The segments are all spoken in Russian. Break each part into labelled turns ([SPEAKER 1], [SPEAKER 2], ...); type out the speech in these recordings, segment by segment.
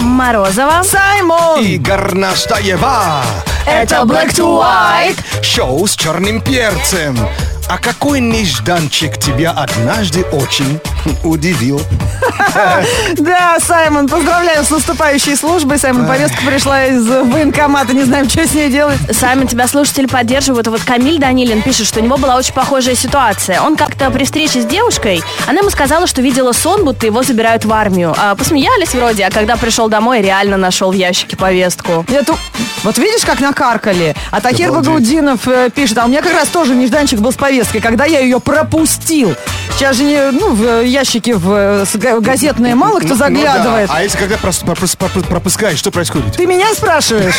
[SPEAKER 1] Морозова.
[SPEAKER 2] Саймон!
[SPEAKER 3] и Горнастаева.
[SPEAKER 1] Это Black to White.
[SPEAKER 3] Шоу с черным перцем. А какой нежданчик тебя однажды очень удивил? Ну
[SPEAKER 2] Да, Саймон, поздравляю с наступающей службой. Саймон, повестка пришла из военкомата, не знаем, что с ней делать.
[SPEAKER 1] Сами тебя слушатели поддерживают. Вот Камиль Данилин пишет, что у него была очень похожая ситуация. Он как-то при встрече с девушкой, она ему сказала, что видела сон, будто его забирают в армию. А, посмеялись вроде, а когда пришел домой, реально нашел в ящике повестку.
[SPEAKER 2] Я ту- Вот видишь, как накаркали? А Тахир
[SPEAKER 3] Обалдеть.
[SPEAKER 2] Багаудинов э, пишет, а у меня как раз тоже нежданчик был с повесткой, когда я ее пропустил. Сейчас же не, ну, в э, ящики в э, с- га- газетные мало
[SPEAKER 3] Ну,
[SPEAKER 2] кто
[SPEAKER 3] ну
[SPEAKER 2] заглядывает.
[SPEAKER 3] да. А если когда прос- пропус- пропу- пропускаешь, что происходит?
[SPEAKER 2] Ты меня спрашиваешь?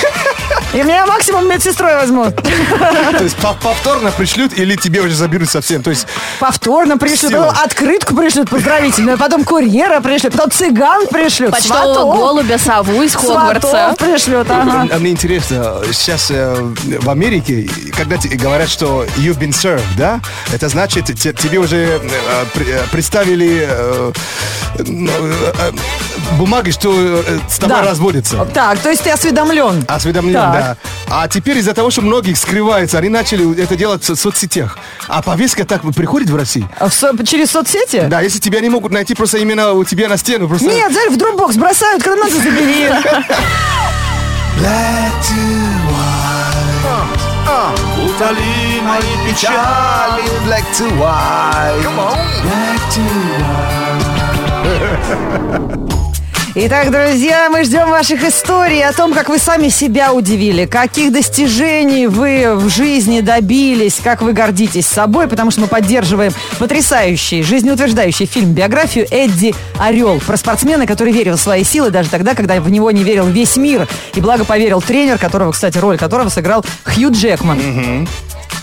[SPEAKER 2] И меня максимум медсестрой возьмут.
[SPEAKER 3] То есть пов- повторно пришлют или тебе уже заберут совсем? То есть
[SPEAKER 2] Повторно пришлют,
[SPEAKER 3] Сила.
[SPEAKER 2] потом открытку пришлют поздравительную, потом курьера пришлют, потом цыган пришлют,
[SPEAKER 1] Почтового
[SPEAKER 2] сватов,
[SPEAKER 1] голубя сову из Хогвартса.
[SPEAKER 2] сватов пришлют, ага.
[SPEAKER 3] А Мне интересно, сейчас э, в Америке, когда те говорят, что you've been served, да, это значит, те- тебе уже э, при- э, представили э, ну, э, э, бумаги, что э, с тобой
[SPEAKER 2] Да.
[SPEAKER 3] разводятся.
[SPEAKER 2] Так, то есть ты осведомлен.
[SPEAKER 3] Осведомлен,
[SPEAKER 2] Так.
[SPEAKER 3] да. А теперь из-за того, что многих скрывается, они начали это делать в со- соцсетях. А повестка так приходит в России.
[SPEAKER 2] А в со- через соцсети?
[SPEAKER 3] Да, если тебя не могут найти просто именно у тебя на стену. Просто...
[SPEAKER 2] Нет, Зарь, в дропбокс бросают, когда надо, забери.
[SPEAKER 4] Утоли мои печали.
[SPEAKER 3] Black to white.
[SPEAKER 2] Итак, друзья, мы ждем ваших историй о том, как вы сами себя удивили, каких достижений вы в жизни добились, как вы гордитесь собой, потому что мы поддерживаем потрясающий, жизнеутверждающий фильм, биографию Эдди Орел про спортсмена, который верил в свои силы даже тогда, когда в него не верил весь мир. И благо поверил тренер, которого, кстати, роль которого сыграл Хью Джекман.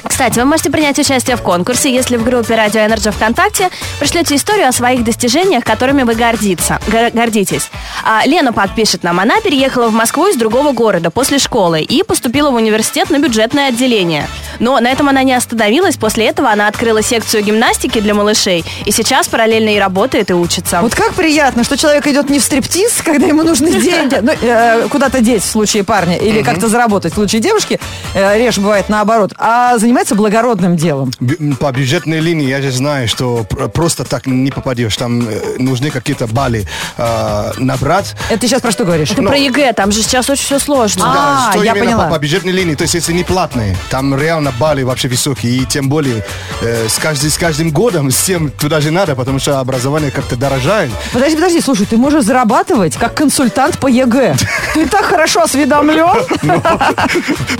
[SPEAKER 1] Кстати, вы можете принять участие в конкурсе, если в группе Радио Energy ВКонтакте пришлете историю о своих достижениях, которыми вы гордиться, гор- гордитесь. А, Лена подпишет нам. Она переехала в Москву из другого города после школы и поступила в университет на бюджетное отделение. Но на этом она не остановилась. После этого она открыла секцию гимнастики для малышей и сейчас параллельно и работает, и учится.
[SPEAKER 3] А
[SPEAKER 2] Вот как приятно, что человек идет не в стриптиз, когда ему нужны деньги, ну, э, куда-то деть в случае парня, или как-то заработать в случае девушки, э, реже бывает наоборот, а занимается благородным делом.
[SPEAKER 3] Бю- м, По бюджетной линии я же знаю, что пр- просто так не попадешь. Там э, нужны какие-то баллы э, набрать.
[SPEAKER 2] Это ты сейчас про что говоришь?
[SPEAKER 3] Ну.
[SPEAKER 1] Про ЕГЭ, там же сейчас очень все сложно.
[SPEAKER 2] А,
[SPEAKER 3] что
[SPEAKER 2] я
[SPEAKER 3] именно
[SPEAKER 2] поняла.
[SPEAKER 3] По, по бюджетной линии, то есть если не платные, там реально баллы вообще высокие. И тем более э, с, каждый- с каждым годом всем туда же надо, потому что образование как-то дорожает.
[SPEAKER 2] Подожди, подожди, слушай, ты можешь зарабатывать как консультант по ЕГЭ. Ты так хорошо осведомлен.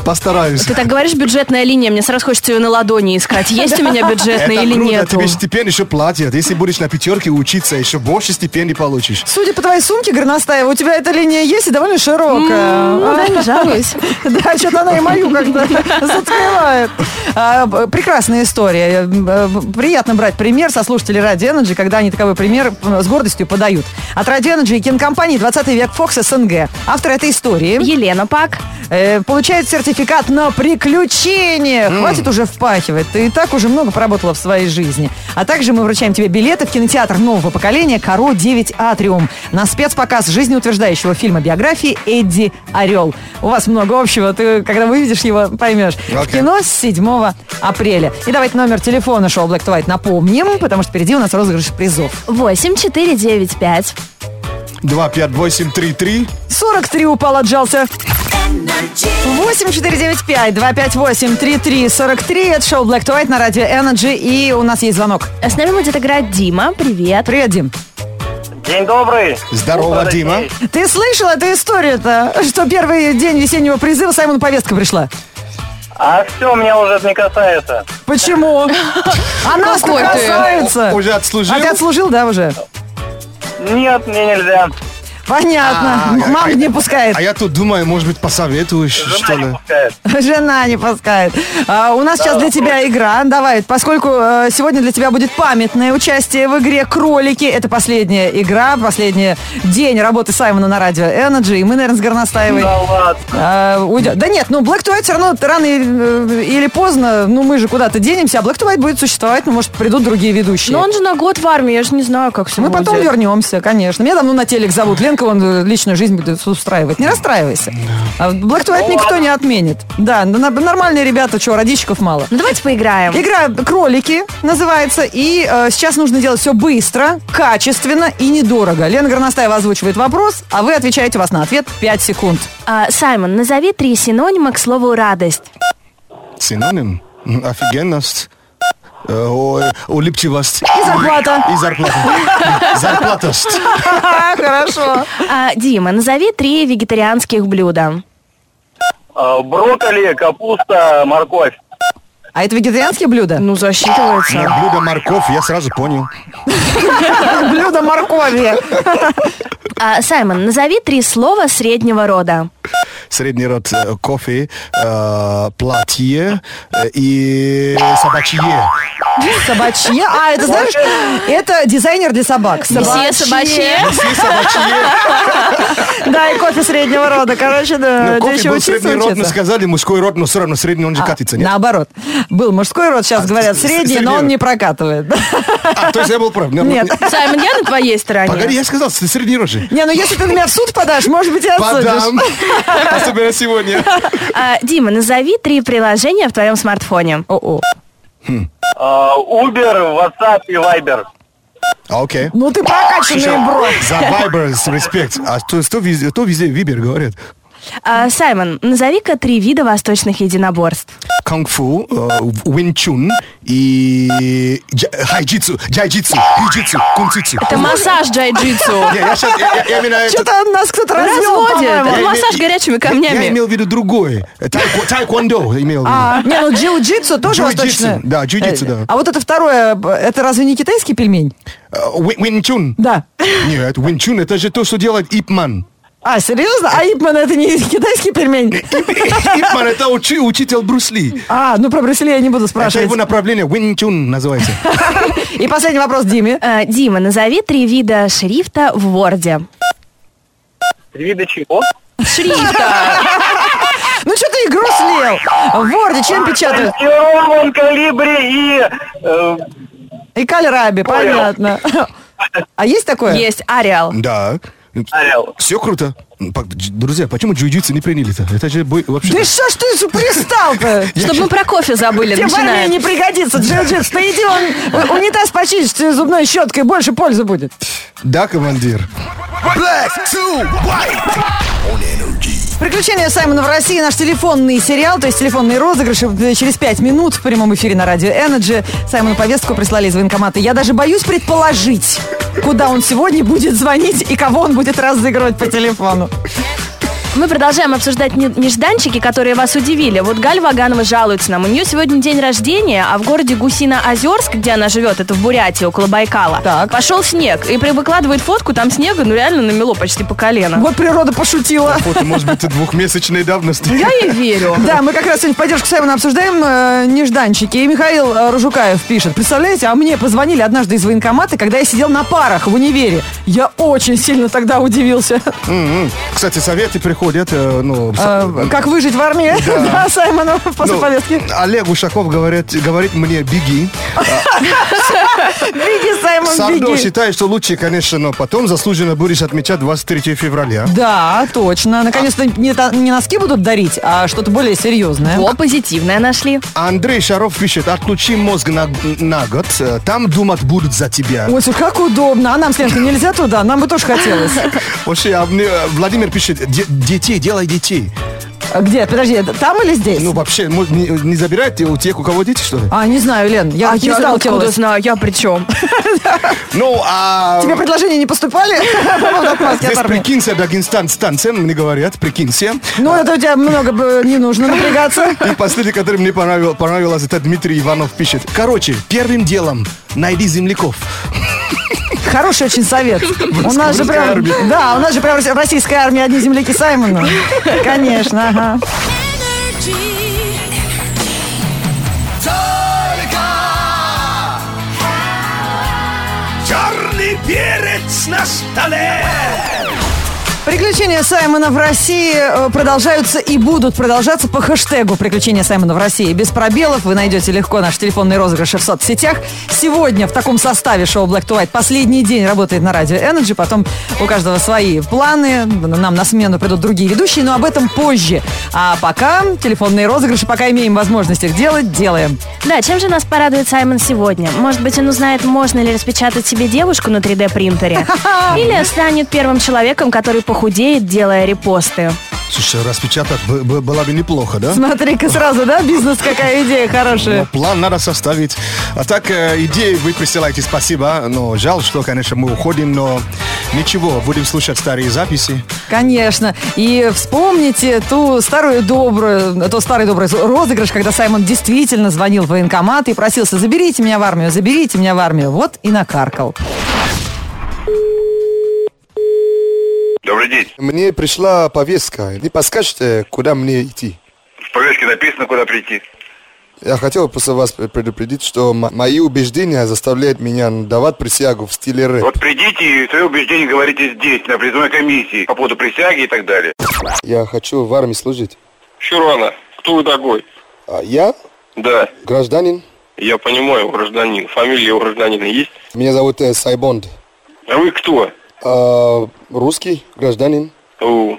[SPEAKER 3] Постараюсь.
[SPEAKER 1] Ты так говоришь, бюджетная линия, мне сразу хочется ее на ладони искать. Есть у меня
[SPEAKER 3] Это
[SPEAKER 1] бюджетная или
[SPEAKER 3] круто,
[SPEAKER 1] нету?
[SPEAKER 3] тебе стипендию еще платят. Если будешь на пятерке учиться, еще больше стипендий получишь.
[SPEAKER 2] Судя по твоей сумке, Горностаева, у тебя эта линия есть и довольно широкая.
[SPEAKER 1] ну,
[SPEAKER 2] А?
[SPEAKER 1] Да, не жалуюсь.
[SPEAKER 2] Да, что-то она и мою как-то зацепляет. А, б- Прекрасная история. Э, б- Приятно брать пример со слушателей Радио Energy, когда они таковой пример э, с гордостью подают. От Радио Energy и кинокомпании «20 век Фокс СНГ». Автор этой истории
[SPEAKER 1] Елена Пак.
[SPEAKER 2] э, получает сертификат на приключения. Хватит уже впахивать. Ты и так уже много поработала в своей жизни. А также мы вручаем тебе билеты в кинотеатр нового поколения «Коро 9 Атриум» на спецпоказ жизнеутверждающего фильма биографии Эдди Орел. У вас много общего. Ты, когда увидишь его, поймешь. В
[SPEAKER 3] Окей.
[SPEAKER 2] кино кино с 7 апреля. И давайте номер телефона шоу Black to White напомним, потому что впереди у нас розыгрыш призов.
[SPEAKER 1] 8495.
[SPEAKER 3] 25833.
[SPEAKER 2] 43 упал, отжался. 8495-258-3343. Это шоу Black to White на радио Energy. И у нас есть звонок.
[SPEAKER 1] А С нами будет играть Дима. Привет.
[SPEAKER 2] Привет, Дим.
[SPEAKER 5] День добрый.
[SPEAKER 3] Здорово,
[SPEAKER 5] Утро,
[SPEAKER 3] Дима.
[SPEAKER 5] дорогие.
[SPEAKER 2] Ты слышал эту историю-то, что первый день весеннего призыва Саймону повестка пришла?
[SPEAKER 5] А все меня уже это не касается.
[SPEAKER 2] Почему? Она
[SPEAKER 1] Какой ты?
[SPEAKER 2] касается.
[SPEAKER 3] Уже отслужил?
[SPEAKER 2] А ты отслужил, да, уже?
[SPEAKER 5] Нет, мне нельзя.
[SPEAKER 2] Понятно.
[SPEAKER 3] А,
[SPEAKER 2] Мама
[SPEAKER 3] а-
[SPEAKER 2] не пускает.
[SPEAKER 3] А я тут думаю, может быть, посоветуешь
[SPEAKER 5] Жена не
[SPEAKER 3] что-то.
[SPEAKER 5] пускает.
[SPEAKER 2] Жена не пускает. А, у нас сейчас для тебя игра. Давай, поскольку э, сегодня для тебя будет памятное участие в игре «Кролики». Это последняя игра, последний день работы Саймона на радио Energy. И мы, наверное, с Горностаевой...
[SPEAKER 5] Да ладно.
[SPEAKER 2] э, уйдем. Да нет, ну Black to White все равно рано или, э, или поздно, ну мы же куда-то денемся, а Black to White будет существовать, ну может придут другие ведущие.
[SPEAKER 1] Ну, Но он же на год в армии, я же не знаю, как все
[SPEAKER 2] Мы потом вернемся, конечно. Меня давно на телек зовут, Лен Литвиненко, он э, личную жизнь будет устраивать. Не расстраивайся. А в Black to White никто не отменит. Да, н- н- нормальные ребята, что, родичков мало.
[SPEAKER 1] Ну давайте поиграем.
[SPEAKER 2] Игра э, «Кролики» называется, и э, сейчас нужно делать все быстро, качественно и недорого. Лена Горностаева озвучивает вопрос, а вы отвечаете у вас на ответ 5 секунд.
[SPEAKER 1] А, Саймон, назови три синонима к слову радость.
[SPEAKER 3] Синоним? М, Офигенность. Э, ой, Улыбчивость.
[SPEAKER 2] И зарплата.
[SPEAKER 3] И зарплата. Зарплатость.
[SPEAKER 2] Ха, Хорошо.
[SPEAKER 1] А, Дима, назови три вегетарианских блюда.
[SPEAKER 5] А, Брокколи, капуста, морковь.
[SPEAKER 2] А это вегетарианские блюда?
[SPEAKER 1] Ну, засчитывается.
[SPEAKER 3] Блюдо морковь, я сразу понял.
[SPEAKER 2] Блюда моркови.
[SPEAKER 1] А, Саймон, назови три слова среднего рода.
[SPEAKER 3] Средний род э, кофе, э, платье э, и собачье.
[SPEAKER 2] Собачье. А, это знаешь, это дизайнер для собак.
[SPEAKER 1] Месье собачье.
[SPEAKER 3] Все собачье.
[SPEAKER 2] Да, и кофе среднего рода. Короче, да.
[SPEAKER 3] Ну,
[SPEAKER 2] где еще
[SPEAKER 3] кофе был
[SPEAKER 2] учиться,
[SPEAKER 3] средний род, но
[SPEAKER 2] учиться. А,
[SPEAKER 3] сказали мужской род, но все равно средний, он же катится, нет? А,
[SPEAKER 2] Наоборот. Был мужской род, сейчас говорят
[SPEAKER 3] с-
[SPEAKER 2] средний, но он
[SPEAKER 3] средний.
[SPEAKER 2] не прокатывает.
[SPEAKER 3] А, то есть я был прав. Не, ну,
[SPEAKER 2] Нет.
[SPEAKER 1] Саймон, я на твоей стороне.
[SPEAKER 3] Погоди, я сказал, с- средний род же.
[SPEAKER 2] Не, ну если ты на меня в суд подашь, может быть, и отсудишь.
[SPEAKER 3] Подам. Особенно сегодня.
[SPEAKER 1] А, Дима, назови три приложения в твоем смартфоне.
[SPEAKER 2] О-о.
[SPEAKER 5] А, Uber, WhatsApp и Viber.
[SPEAKER 3] А, Окей.
[SPEAKER 2] Ну ты прокачанный бро.
[SPEAKER 3] За Viber с респект. А что, что везде, то везде Вибер говорят.
[SPEAKER 1] А, Саймон, назови-ка три вида восточных единоборств.
[SPEAKER 3] Кунг-фу, э, винчун и джа- хайджитсу, джайджитсу, хиджитсу, кунцитсу.
[SPEAKER 1] Это массаж джай-джитсу.
[SPEAKER 3] Не, я сейчас, я, я именно Э, это-
[SPEAKER 2] Что-то нас кто-то развел,
[SPEAKER 1] Разводят.
[SPEAKER 2] по-моему.
[SPEAKER 1] Это
[SPEAKER 3] Я
[SPEAKER 1] массаж
[SPEAKER 3] име-
[SPEAKER 1] горячими
[SPEAKER 3] Я
[SPEAKER 1] камнями.
[SPEAKER 3] имел в виду другое. Тайкво- Тайквондо имел в виду.
[SPEAKER 2] А, Не, ну джиу-джитсу тоже
[SPEAKER 3] Джиу-джитсу,
[SPEAKER 2] восточное.
[SPEAKER 3] да, джиу-джитсу,
[SPEAKER 2] Э,
[SPEAKER 3] да.
[SPEAKER 2] А вот это второе, б- это разве не китайский пельмень?
[SPEAKER 3] Э, ви- Винчун.
[SPEAKER 2] Да.
[SPEAKER 3] Нет, винчун это же то, что делает Ипман.
[SPEAKER 2] А, серьезно? А Ипман это не китайский пельмень?
[SPEAKER 3] Ипман это учи- учитель Брусли.
[SPEAKER 2] А, ну про Брюсселя я не буду
[SPEAKER 3] Это его
[SPEAKER 2] спрашивать.
[SPEAKER 3] направление винчун называется.
[SPEAKER 2] И последний вопрос Диме.
[SPEAKER 1] А, Дима, назови три вида шрифта в Word.
[SPEAKER 5] Три вида чего?
[SPEAKER 1] Шрифта.
[SPEAKER 2] Ну что ты игру слил? В Word чем печатают?
[SPEAKER 5] Тестирован, калибри и... э,
[SPEAKER 2] И кальраби, понятно. А есть такое?
[SPEAKER 1] Есть Ариал.
[SPEAKER 3] Да.
[SPEAKER 5] Орел.
[SPEAKER 3] Все круто. Ну, пак- дж- Друзья, почему джиу-джитсу не приняли-то? Это же бой вообще...
[SPEAKER 2] Да что ж ты с- пристал-то?
[SPEAKER 1] Чтобы мы про кофе забыли,
[SPEAKER 2] Тебе в армии не
[SPEAKER 1] начинаем.
[SPEAKER 2] пригодится, джиу-джитсу. Ты иди, он у- унитаз почистишь ты зубной щеткой, больше пользы будет.
[SPEAKER 3] Да, командир.
[SPEAKER 2] Приключения Саймона в России, наш телефонный сериал, то есть телефонные розыгрыши э, через 5 минут в прямом эфире на радио Energy. Саймону повестку прислали из военкомата. Я даже боюсь предположить, куда он сегодня будет звонить и кого он будет разыгрывать по телефону.
[SPEAKER 1] Мы продолжаем обсуждать не- нежданчики, которые вас удивили. Вот Галь Ваганова жалуется нам. У нее сегодня день рождения, а в городе Гусино-Озерск, где она живет, это в Бурятии, около Байкала,
[SPEAKER 2] Так.
[SPEAKER 1] пошел снег. И при- выкладывает фотку, там снега, ну реально намело почти по колено.
[SPEAKER 2] Вот природа пошутила.
[SPEAKER 3] Фото, может быть, двухмесячной давности.
[SPEAKER 1] Я ей верю.
[SPEAKER 2] Да, мы как раз сегодня в поддержку Саймона обсуждаем э, нежданчики. И Михаил э, Ружукаев пишет. Представляете, а мне позвонили однажды из военкомата, когда я сидел на парах в универе. Я очень сильно тогда удивился.
[SPEAKER 3] М-м. Кстати, советы приходят, э, ну... с-
[SPEAKER 2] Э, Как выжить в армии? Да, Саймону после
[SPEAKER 3] ну,
[SPEAKER 2] повестки.
[SPEAKER 3] Олег Ушаков говорит, говорит мне, беги.
[SPEAKER 2] Беги, Саймон,
[SPEAKER 3] Сардо
[SPEAKER 2] беги.
[SPEAKER 3] считает, что лучше, конечно, но потом заслуженно будешь отмечать 23 февраля.
[SPEAKER 2] Да, точно. Наконец-то не, та- не носки будут дарить, а что-то более серьезное.
[SPEAKER 1] О, позитивное нашли.
[SPEAKER 3] Андрей Шаров пишет, отключи мозг на, на год, э, там думать будут за тебя.
[SPEAKER 2] Ой, слушай, как удобно. А нам, Сленка, нельзя туда? Нам бы тоже хотелось.
[SPEAKER 3] Вообще, а мне, э, Владимир пишет, «Де- детей, делай детей.
[SPEAKER 2] А Где? Подожди, это там или здесь?
[SPEAKER 3] Ну, вообще, может, не, не забирайте у тех, у кого дети, что ли?
[SPEAKER 2] А, не знаю, Лен, я
[SPEAKER 1] А
[SPEAKER 2] не
[SPEAKER 1] я откуда
[SPEAKER 2] сталкивалась.
[SPEAKER 1] знаю, я при чем?
[SPEAKER 3] Ну, а...
[SPEAKER 2] Тебе предложения не поступали? по поводу отмазки от
[SPEAKER 3] Здесь
[SPEAKER 2] армии?
[SPEAKER 3] прикинься, Дагестан, станция, мне говорят, прикинься.
[SPEAKER 2] Ну, это у тебя много бы не нужно напрягаться.
[SPEAKER 3] И последний, который мне понравил- понравилось, это Дмитрий Иванов пишет. Короче, первым делом найди земляков.
[SPEAKER 2] Хороший очень совет. У нас же
[SPEAKER 3] русской
[SPEAKER 2] прям...
[SPEAKER 3] армии.
[SPEAKER 2] Да, у нас же прям в российской армии одни земляки Саймона. Конечно, ага.
[SPEAKER 4] Черный перец на столе
[SPEAKER 2] Приключения Саймона в России э, продолжаются и будут продолжаться по хэштегу «Приключения Саймона в России». Без пробелов вы найдете легко наш телефонный розыгрыш в соцсетях. Сегодня в таком составе шоу Black to White последний день работает на радио Energy. Потом у каждого свои планы. Нам на смену придут другие ведущие, но об этом позже. А пока телефонные розыгрыши, пока имеем возможность их делать, делаем.
[SPEAKER 1] Да, чем же нас порадует Саймон сегодня? Может быть, он узнает, можно ли распечатать себе девушку на 3D-принтере? Или станет первым человеком, который похудеет, делая репосты?
[SPEAKER 3] Слушай, распечатать бы- бы- было бы неплохо, да?
[SPEAKER 2] Смотри-ка сразу, да, бизнес, какая идея
[SPEAKER 3] Но
[SPEAKER 2] хорошая.
[SPEAKER 3] план надо составить. А так, э, идеи вы присылаете, спасибо. Но жаль, что, конечно, мы уходим, но ничего, будем слушать старые записи.
[SPEAKER 2] Конечно. И вспомните ту старую добрую, то старый добрый розыгрыш, когда Саймон действительно звонил в военкомат и просился, заберите меня в армию, заберите меня в армию. Вот и накаркал.
[SPEAKER 6] Добрый день.
[SPEAKER 7] Мне пришла повестка. Не подскажете, куда мне идти?
[SPEAKER 6] В повестке написано, куда прийти.
[SPEAKER 7] Я хотел просто вас предупредить, что м- мои убеждения заставляют меня давать присягу в стиле рэп.
[SPEAKER 6] Вот придите и свои убеждения говорите здесь, на призывной комиссии, по поводу присяги и так далее.
[SPEAKER 7] Я хочу в армии служить.
[SPEAKER 6] Щурана, кто вы такой?
[SPEAKER 7] А я
[SPEAKER 6] Да,
[SPEAKER 7] гражданин.
[SPEAKER 6] я понимаю, гражданин. Фамилия у гражданина есть?
[SPEAKER 7] Меня зовут э, Сайбонд.
[SPEAKER 6] А вы кто?
[SPEAKER 7] А, русский гражданин.
[SPEAKER 6] О,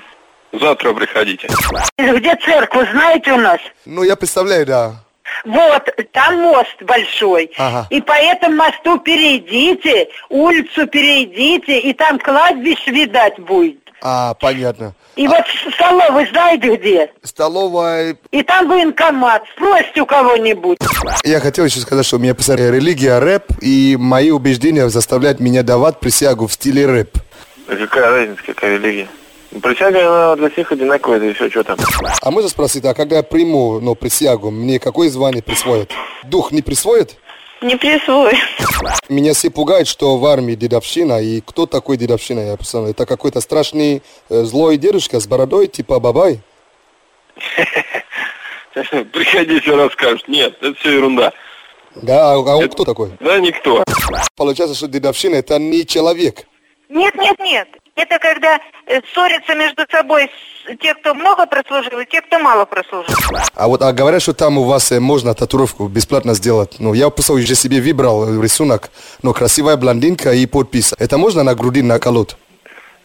[SPEAKER 6] завтра приходите.
[SPEAKER 8] Где церковь, знаете у нас?
[SPEAKER 7] Ну, я представляю, да.
[SPEAKER 8] Вот, там мост большой.
[SPEAKER 7] Ага.
[SPEAKER 8] И по этому мосту перейдите, улицу перейдите, и там кладбище видать будет.
[SPEAKER 7] А, понятно.
[SPEAKER 8] И вот с- столовый знаете где?
[SPEAKER 7] Столовая.
[SPEAKER 8] И там военкомат. Спросите у кого-нибудь.
[SPEAKER 7] Я хотел еще сказать, что меня писали религия рэп, и мои убеждения заставляют меня давать присягу в стиле рэп.
[SPEAKER 6] Какая разница, какая религия? Присяга, она для всех одинаковая, да еще что там.
[SPEAKER 7] А можно спросить, а когда я приму ну, присягу, мне какое звание присвоят? Дух не присвоит?
[SPEAKER 8] Не присвой.
[SPEAKER 7] Меня все пугают, что в армии дедовщина, и кто такой дедовщина, я представляю, это какой-то страшный э, злой дедушка с бородой, типа бабай.
[SPEAKER 6] Приходите, расскажут. Нет, это все ерунда.
[SPEAKER 7] Да, а, а он кто такой?
[SPEAKER 6] Да никто.
[SPEAKER 7] Получается, что дедовщина это не человек.
[SPEAKER 8] Нет, нет, нет. Это когда э, ссорятся между собой те, кто много прослужил, и те, кто мало прослужил.
[SPEAKER 7] А вот а говорят, что там у вас э, можно татуировку бесплатно сделать. Ну, я просто уже себе выбрал э, рисунок, но красивая блондинка и подпись. Это можно на груди наколоть?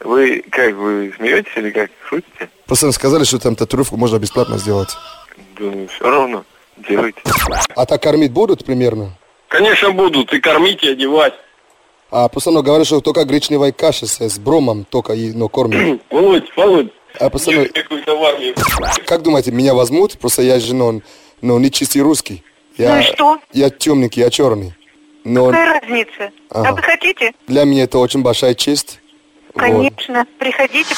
[SPEAKER 6] Вы как, вы смеетесь или как? Шутите?
[SPEAKER 7] Просто сказали, что там татуировку можно бесплатно сделать.
[SPEAKER 6] Думаю, все равно. Делайте.
[SPEAKER 7] А так кормить будут примерно?
[SPEAKER 6] Конечно будут, и кормить, и одевать.
[SPEAKER 7] А пацаны говорят, что только гречневая каша с, с бромом только и, ну, кормят.
[SPEAKER 6] Володь, Володь,
[SPEAKER 7] А пацаны,
[SPEAKER 6] какую-то в армию.
[SPEAKER 7] как думаете, меня возьмут? Просто я женон, но не чистый русский. Я,
[SPEAKER 8] Ну и что?
[SPEAKER 7] Я темненький, я черный. Но
[SPEAKER 8] Какая разница?
[SPEAKER 7] Ага.
[SPEAKER 8] А вы хотите?
[SPEAKER 7] для меня это очень большая честь. Вот.
[SPEAKER 8] Конечно. Приходите.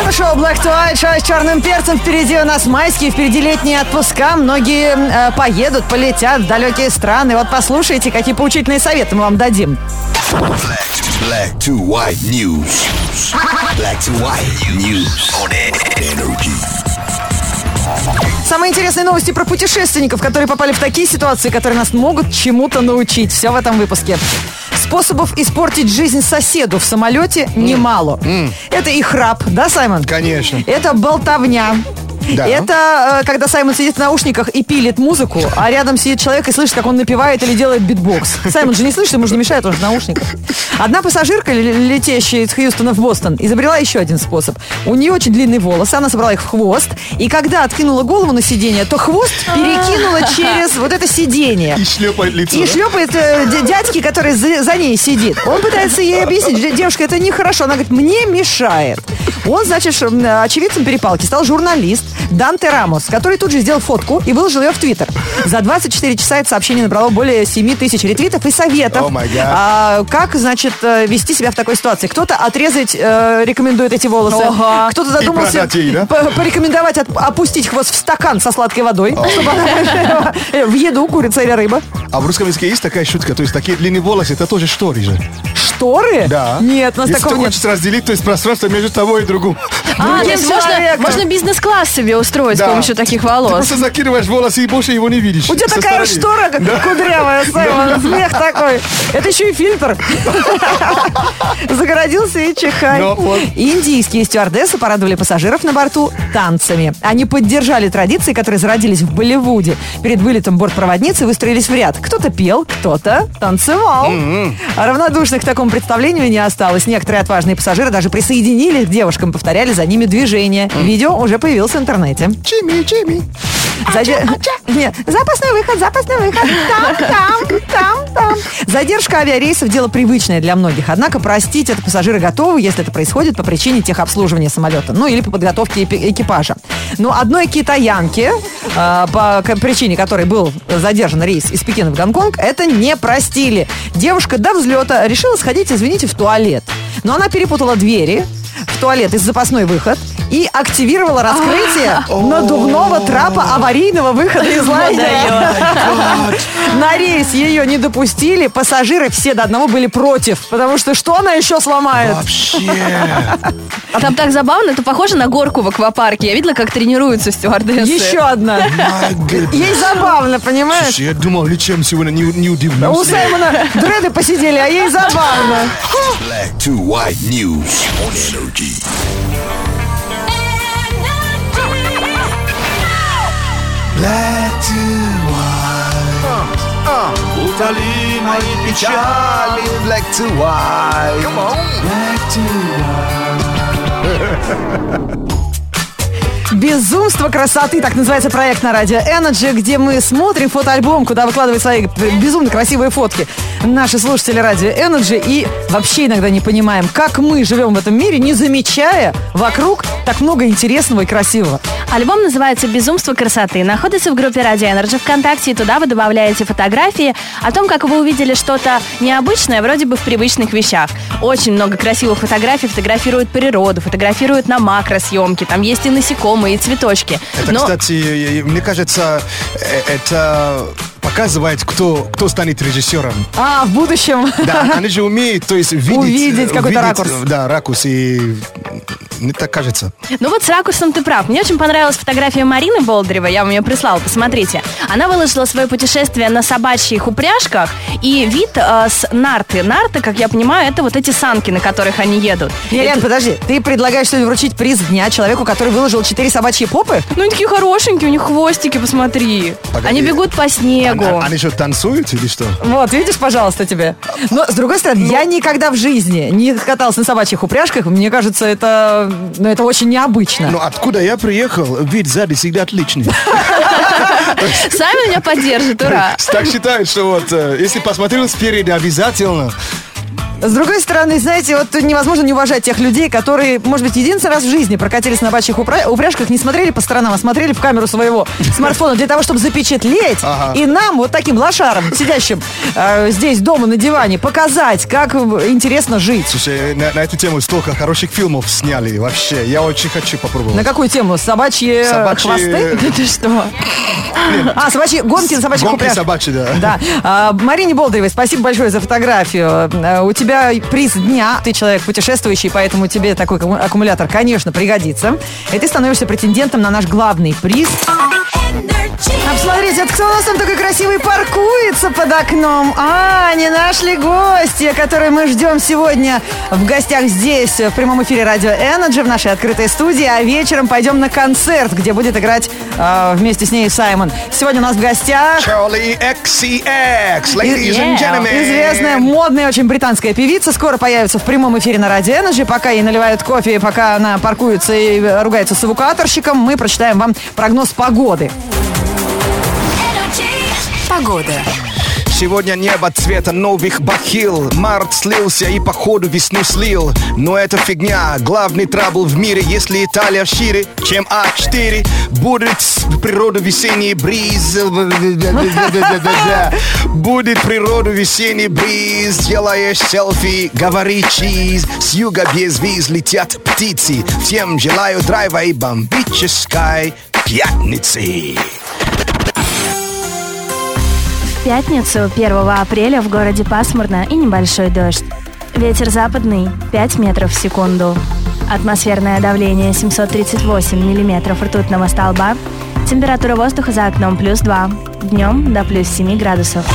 [SPEAKER 2] Это шоу Black to White, шоу с черным перцем. Впереди у нас майские, впереди летние отпуска. Многие э, поедут, полетят в далекие страны. Вот послушайте, какие поучительные советы мы вам дадим.
[SPEAKER 4] Black to white news. Black to white news on energy.
[SPEAKER 2] Самые интересные новости про путешественников, которые попали в такие ситуации, которые нас могут чему-то научить. Все в этом выпуске. Способов испортить жизнь соседу в самолете немало. Это и храп, да, Саймон?
[SPEAKER 3] Конечно.
[SPEAKER 2] Это болтовня.
[SPEAKER 3] Да.
[SPEAKER 2] Это э, когда Саймон сидит в наушниках и пилит музыку, а рядом сидит человек и слышит, как он напевает или делает битбокс. Саймон же не слышит, ему же не мешает, он же в наушниках. Одна пассажирка, ле- летящая из Хьюстона в Бостон, изобрела еще один способ. У нее очень длинные волосы, она собрала их в хвост, и когда откинула голову на сиденье, то хвост перекинула через вот это сиденье.
[SPEAKER 3] И шлепает лицо.
[SPEAKER 2] И
[SPEAKER 3] да?
[SPEAKER 2] шлепает э, дя- дядьки, который за, за ней сидит. Он пытается ей объяснить, «Де- девушка, это нехорошо. Она говорит, мне мешает. Он, значит, ш- м, э, очевидцем перепалки стал журналист Данте Рамос, который тут же сделал фотку и выложил ее в Твиттер. За 24 часа это сообщение набрало более 7 тысяч ретвитов и
[SPEAKER 3] Oh
[SPEAKER 2] советов.
[SPEAKER 3] my God.
[SPEAKER 2] а, как, значит, э, вести себя в такой ситуации? Кто-то отрезать э, рекомендует эти волосы. Кто-то задумался
[SPEAKER 3] продать ей, да?
[SPEAKER 2] п- порекомендовать от- опустить хвост в стакан со сладкой водой, чтобы она э, в еду, курица или рыба.
[SPEAKER 3] А в русском языке есть такая шутка, то есть такие длинные волосы, это тоже шторы же.
[SPEAKER 2] Шторы? Нет, у нас
[SPEAKER 3] Если
[SPEAKER 2] такого
[SPEAKER 3] ты
[SPEAKER 2] нет.
[SPEAKER 3] хочешь разделить, то есть пространство между тобой и другим.
[SPEAKER 1] А, то есть можно,
[SPEAKER 2] человеком.
[SPEAKER 1] можно бизнес-класс себе устроить
[SPEAKER 3] Да.
[SPEAKER 1] с помощью таких
[SPEAKER 3] Ты
[SPEAKER 1] волос.
[SPEAKER 3] просто закидываешь волосы и больше его не видишь.
[SPEAKER 2] У тебя
[SPEAKER 3] Со
[SPEAKER 2] такая
[SPEAKER 3] стороны.
[SPEAKER 2] штора как кудрявая, Саймон, смех такой. Это еще и фильтр. Загородил Остановился и чихай.
[SPEAKER 3] Но он-
[SPEAKER 2] Индийские стюардессы порадовали пассажиров на борту танцами. Они поддержали традиции, которые зародились в Болливуде. Перед вылетом бортпроводницы выстроились в ряд. Кто-то пел, кто-то танцевал. А равнодушных к такому представлению не осталось. Некоторые отважные пассажиры даже присоединились к девушкам, повторяли за ними движения. Видео уже появилось в интернете.
[SPEAKER 3] Чими, чими.
[SPEAKER 2] Заде- Нет, запасной выход, запасной выход. Там, там, там, там. Задержка авиарейсов – дело привычное для многих. Однако простить это пассажиры готовы, если это происходит по причине техобслуживания самолета, ну или по подготовке эпи- экипажа. Но одной китаянке, э, по к- причине которой был задержан рейс из Пекина в Гонконг, это не простили. Девушка до взлета решила сходить, извините, в туалет. Но она перепутала двери, в туалет из запасной выход и активировала раскрытие надувного трапа аварийного выхода из лайнера. На рейс ее не допустили, пассажиры все до одного были против, потому что что она еще сломает?
[SPEAKER 3] Вообще.
[SPEAKER 1] Там так забавно, это похоже на горку в аквапарке. Я видела, как тренируются стюардессы.
[SPEAKER 2] Еще одна.
[SPEAKER 3] My goodness.
[SPEAKER 2] Ей забавно, понимаешь?
[SPEAKER 3] Слушай, я думал, ничем сегодня не, не
[SPEAKER 2] У
[SPEAKER 3] удивлюсь.
[SPEAKER 2] Саймона дреды посидели, а ей забавно.
[SPEAKER 4] Black to white news on energy.
[SPEAKER 3] Black to white. Утоли мои печали. Black to white. Black to
[SPEAKER 2] Безумство красоты, так называется проект на радио Energy, где мы смотрим фотоальбом, куда выкладывают свои безумно красивые фотки наши слушатели радио Energy и вообще иногда не понимаем, как мы живем в этом мире, не замечая вокруг так много интересного и красивого.
[SPEAKER 1] Альбом называется «Безумство красоты». Находится в группе «Радио Energy ВКонтакте», и туда вы добавляете фотографии о том, как вы увидели что-то необычное, вроде бы в привычных вещах. Очень много красивых фотографий. Фотографируют природу, фотографируют на макросъемке. Там есть и насекомые, и цветочки.
[SPEAKER 3] Это,
[SPEAKER 1] Но-
[SPEAKER 3] кстати, э, э, мне кажется, э, это показывает, кто, кто станет режиссером.
[SPEAKER 2] А в будущем
[SPEAKER 3] Да, они же умеют, то есть видеть...
[SPEAKER 2] Увидеть
[SPEAKER 3] э,
[SPEAKER 2] какой-то
[SPEAKER 3] видеть,
[SPEAKER 2] ракурс.
[SPEAKER 3] э, Да, ракурс, и мне так кажется.
[SPEAKER 1] Ну вот с ракурсом ты прав. Мне очень понравилась фотография Марины Болдырева. Я вам ее прислала, посмотрите. Она выложила свое путешествие на собачьих упряжках и вид э, с нарты. Нарты, как я понимаю, это вот эти санки, на которых они едут.
[SPEAKER 2] Нет, Лен, подожди, ты предлагаешь сегодня вручить приз дня человеку, который выложил четыре собачьи попы?
[SPEAKER 1] Ну они такие хорошенькие, у них хвостики, посмотри.
[SPEAKER 3] Погоди.
[SPEAKER 1] Они бегут по снегу.
[SPEAKER 3] А- Они что, танцуют или что?
[SPEAKER 2] Вот, видишь, пожалуйста, тебе. Но, с другой стороны, я никогда в жизни не каталась на собачьих упряжках. Мне кажется, это, ну, это очень необычно.
[SPEAKER 3] Ну, откуда я приехал, вид сзади всегда отличный.
[SPEAKER 1] Сами меня поддержат, ура.
[SPEAKER 3] Так считают, что вот, э, если посмотрел спереди, обязательно.
[SPEAKER 2] С другой стороны, знаете, вот невозможно не уважать тех людей, которые, может быть, единственный раз в жизни прокатились на собачьих упра- упряжках, не смотрели по сторонам, а смотрели в камеру своего смартфона для того, чтобы запечатлеть
[SPEAKER 3] Ага.
[SPEAKER 2] и нам, вот таким лошарам, сидящим э, здесь дома на диване, показать, как э, интересно жить.
[SPEAKER 3] Слушай, э, на, на эту тему столько хороших фильмов сняли вообще. Я очень хочу
[SPEAKER 2] На
[SPEAKER 3] попробовать.
[SPEAKER 2] какую тему? Собачьи, э,
[SPEAKER 3] Собачьи-
[SPEAKER 2] хвосты?
[SPEAKER 1] Да ты что?
[SPEAKER 2] А, собачьи гонки на собачьих
[SPEAKER 3] Гонки
[SPEAKER 2] упряжках.
[SPEAKER 3] собачьи, да.
[SPEAKER 2] Да. А, Марине Болдыревой спасибо большое за фотографию. А, У тебя приз дня. Ты человек путешествующий, поэтому тебе такой акку- аккумулятор, конечно, пригодится. И ты становишься претендентом на наш главный приз. А посмотрите, это кто у нас там такой красивый паркуется под окном? А, не нашли гостя, которые мы ждем сегодня в гостях здесь, в прямом эфире Радио Energy, в нашей открытой студии. А вечером пойдем на концерт, где будет играть э, вместе с ней Саймон. Сегодня у нас в гостях Э,
[SPEAKER 3] Charlie XCX, ladies
[SPEAKER 1] Yeah.
[SPEAKER 3] and gentlemen.
[SPEAKER 2] Известная, модная, очень британская певица. Скоро появится в прямом эфире на Радио Energy. Пока ей наливают кофе, и пока она паркуется и э, ругается с эвакуаторщиком, мы прочитаем вам прогноз погоды.
[SPEAKER 3] Сегодня небо цвета новых бахил Март слился и походу весну слил Но это фигня, главный трабл в мире Если Италия шире, чем А4 Будет с- природа весенний бриз Будет природа весенний бриз Делаешь селфи, говори чиз С юга без виз летят птицы Всем желаю драйва и бомбической пятницы
[SPEAKER 1] В пятницу, 1 апреля, в городе пасмурно и небольшой дождь. Ветер западный 5 метров в секунду. Атмосферное давление 738 миллиметров ртутного столба. Температура воздуха за окном плюс 2. Днем до плюс 7 градусов.